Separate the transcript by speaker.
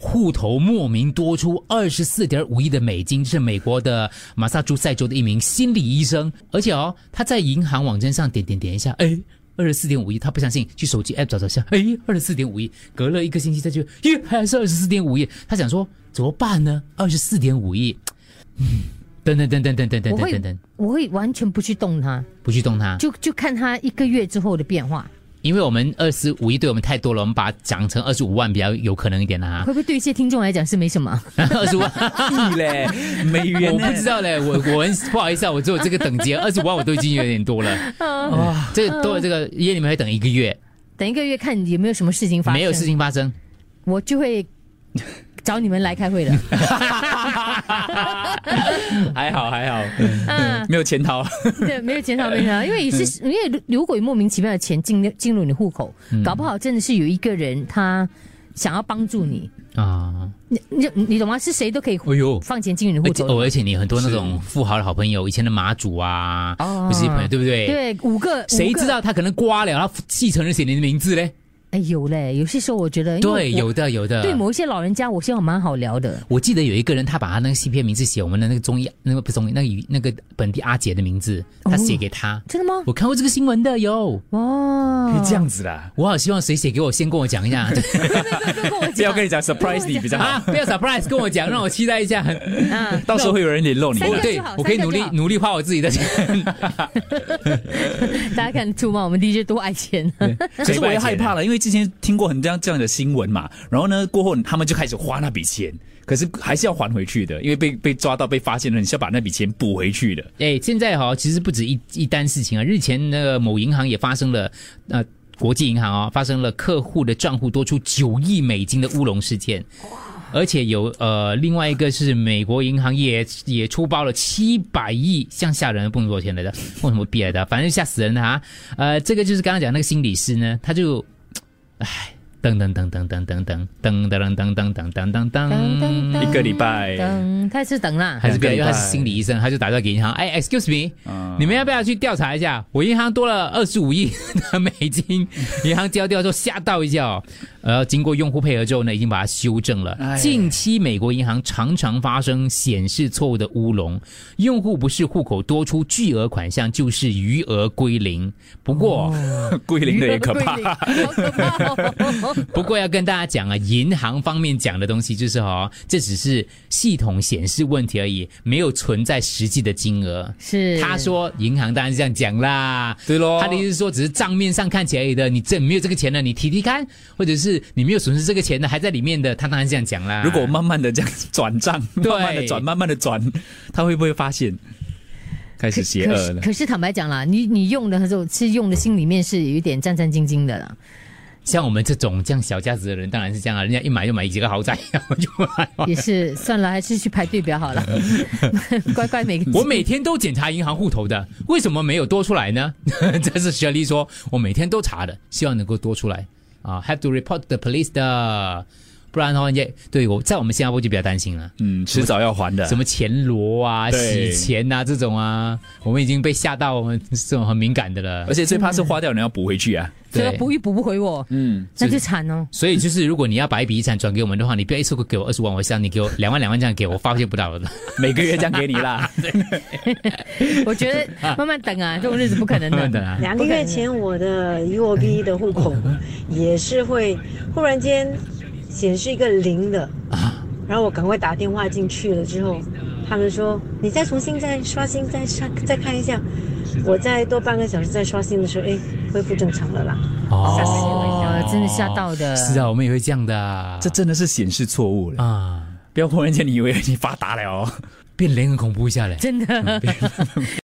Speaker 1: 户头莫名多出二十四点五亿的美金，是美国的马萨诸塞州的一名心理医生，而且哦，他在银行网站上点点点一下，哎。二十四点五亿，他不相信，去手机 app 找找下，哎，二十四点五亿，隔了一个星期再去，咦，还是二十四点五亿，他想说怎么办呢？二十四点五亿， 嗯，等等等等等等等
Speaker 2: 我
Speaker 1: 等
Speaker 2: 会
Speaker 1: 等等，
Speaker 2: 我会完全不去动它，
Speaker 1: 不去动它，
Speaker 2: 就就看它一个月之后的变化，
Speaker 1: 因为我们二十五亿对我们太多了，我们把它讲成二十五万比较有可能一点啦、
Speaker 2: 会不会对一些听众来讲是没什么？
Speaker 1: 哈，二十万。
Speaker 3: 屁嘞，美元
Speaker 1: 我
Speaker 3: 呢
Speaker 1: 不知道嘞，我我很 不好意思啊，我只有这个等级，二十五万我都已经有点多 了。
Speaker 2: 嗯
Speaker 1: 哇，这个多了这个，因为你们会等一个月，
Speaker 2: 等一个月看有没有什么事情发生，
Speaker 1: 没有事，情发 生。
Speaker 2: 我就会找你们来 开会了。
Speaker 3: 还好还好，
Speaker 2: 啊，
Speaker 3: 没有潜逃。
Speaker 2: 对，没有减少，没有减啊少，因为也是
Speaker 1: 嗯
Speaker 2: 因为如果有莫名其妙的钱进入进入你的户口，搞不好真的是有一个人他想要帮助你，
Speaker 1: 啊，
Speaker 2: 你你你懂吗？是谁都可以
Speaker 3: 哎呦，
Speaker 2: 放钱进入你
Speaker 1: 而
Speaker 2: 的户
Speaker 1: 且
Speaker 2: 头
Speaker 1: 哦，
Speaker 2: 的。
Speaker 1: 而且你很多那种富豪的好朋友，以前的马主啊，
Speaker 3: 啊
Speaker 1: 不是朋友，对不对？。
Speaker 2: 对，五个，
Speaker 1: 哎谁
Speaker 2: 五个
Speaker 1: 知？道他可能刮了，他继承人写你的名字嘞？
Speaker 2: 哎，有嘞，有些时候我觉得，因为
Speaker 1: 对，
Speaker 2: 我
Speaker 1: 有的，有的。
Speaker 2: 对某一些老人家，我希望蛮好聊的。
Speaker 1: 我记得有一个人，他把他那个 C P 名字写我们的那个中医，那个不是中医，那个语那个本地阿姐的名字，
Speaker 2: 哦
Speaker 1: 他写给他。
Speaker 2: 真的吗？
Speaker 1: 我看过这个新闻的，有。
Speaker 2: 哇，
Speaker 3: 这样子啦，
Speaker 1: 我好希望谁写给我，先跟我讲一 下。
Speaker 2: 跟我
Speaker 3: 不要
Speaker 2: 讲
Speaker 3: 跟你讲 surprise 你比较
Speaker 1: 啊
Speaker 3: 好，，
Speaker 1: 不要 surprise，跟我讲，让我期待一 下。
Speaker 2: 啊，
Speaker 3: 到时候会有人联络你
Speaker 2: 三个
Speaker 3: 的。
Speaker 1: 对
Speaker 2: 就好，
Speaker 1: 我可以
Speaker 2: 三
Speaker 1: 努
Speaker 2: 个就
Speaker 1: 力
Speaker 2: 好
Speaker 1: 努力花我自己的钱。
Speaker 2: 大家看得出吗？我们 DJ 多爱钱，
Speaker 3: 可是我也害
Speaker 1: 谁白捡
Speaker 3: 怕了，因为之前听过很多这样的新闻嘛，然后呢，过后他们就开始花那笔钱，可是还是要还回去的，因为被被抓到被发现了，你是要把那笔钱补回去的。
Speaker 1: 哎，现在哈、其实不止一一单事情啊，日前那个某银行也发生了，呃。国际银行啊、发生了客户的账户多出九亿美金的乌龙事件，而且有呃另外一个是美国银行也也出包了七百亿，像吓人，不能多少钱来的，为什么逼来的？反正吓死人的啊！呃，这个就是刚刚讲那个心理师呢，他就，唉，噔噔噔噔噔噔噔噔噔噔噔噔噔噔噔噔。
Speaker 3: 嗯
Speaker 2: 嗯
Speaker 3: 一个礼拜
Speaker 2: 等开始等啦。
Speaker 1: 还是不要，因为他
Speaker 3: 两个礼
Speaker 1: 是
Speaker 3: 拜
Speaker 1: 心理医生，他就打电话给银行，哎，excuse me，、
Speaker 3: 嗯
Speaker 1: 你们要不要去调查一下？我银行多了二十五亿 的美 金，银行交掉之后吓到一跳、哦。呃，经过用户配合之后呢，已经把它修正了。
Speaker 3: 哎
Speaker 1: 近期美国银行常常发生显示错误的乌龙，用户不是户口多出巨额款项，就是余额归零。不过。
Speaker 3: 哦归零的也可 怕。
Speaker 2: 好可怕哦！
Speaker 1: 不过要跟大家讲啊，银行方面讲的东西就是哦，这只是系统显示问题而已，没有存在实际的金额。
Speaker 2: 是
Speaker 1: 他说银行当然是这样讲啦，
Speaker 3: 对咯
Speaker 1: 他的意思是说，只是账面上看起来的，你这没有这个钱的，你提提看，或者是你没有损失这个钱的，还在里面的，他当然是这样讲啦。
Speaker 3: 如果慢慢的这样转账，
Speaker 1: 对
Speaker 3: 慢慢的转，慢慢的转，他会不会发现开始邪
Speaker 2: 可
Speaker 3: 恶
Speaker 2: 是
Speaker 3: 了？
Speaker 2: 可是坦白讲啦，你你用的时候是用的心里面是有一点战战兢兢的啦，
Speaker 1: 像我们这种这样小家子的人，当然是这样啊，人家一买就买几个豪宅，然 后就买。
Speaker 3: 哦
Speaker 2: 也是算了，还是去排队比较好了。乖乖每个
Speaker 1: 我每天都检查银行户头的，为什么没有多出来呢？ 这是雪莉说，我每天都查的，希望能够多出来啊、h a v e to report the police 的，不然的话也对我在我们新加坡就比较担心了。
Speaker 3: 嗯，迟早要还的。
Speaker 1: 什么钱罗啊、
Speaker 3: 对
Speaker 1: 洗钱啊这种啊，我们已经被吓到我们这种很敏感的了
Speaker 3: 而。且最怕是花掉，你要补回 去啊。
Speaker 2: 这个
Speaker 1: 对
Speaker 2: 补一补不回我，
Speaker 3: 嗯，
Speaker 2: 那就惨哦。
Speaker 1: 所以就是，如果你要把一笔遗产转给我们的话，你不要一次过给我二十万，我想你给我两万两万这样给我，发泄不到的。
Speaker 3: 每个月这样给你啦。
Speaker 2: 我觉得慢慢等啊，这种日子不可 能的。
Speaker 1: 的啊，
Speaker 4: 两个月前，我的 UOB 的户口也是会忽然间显示一个零的，然后我赶快打电话进去了之后，他们说你再重新再刷新再刷再看一下，我再多半个小时再刷新的时候，哎，恢复正常了啦。吓死我
Speaker 2: 哦，真的吓到的。
Speaker 1: 是啊，我们也会这样的啊。
Speaker 3: 这真的是显示错误了，
Speaker 1: 啊，
Speaker 3: 不要忽然间你以为你发达了哦。
Speaker 1: 变脸很恐怖一下嘞。
Speaker 2: 真的。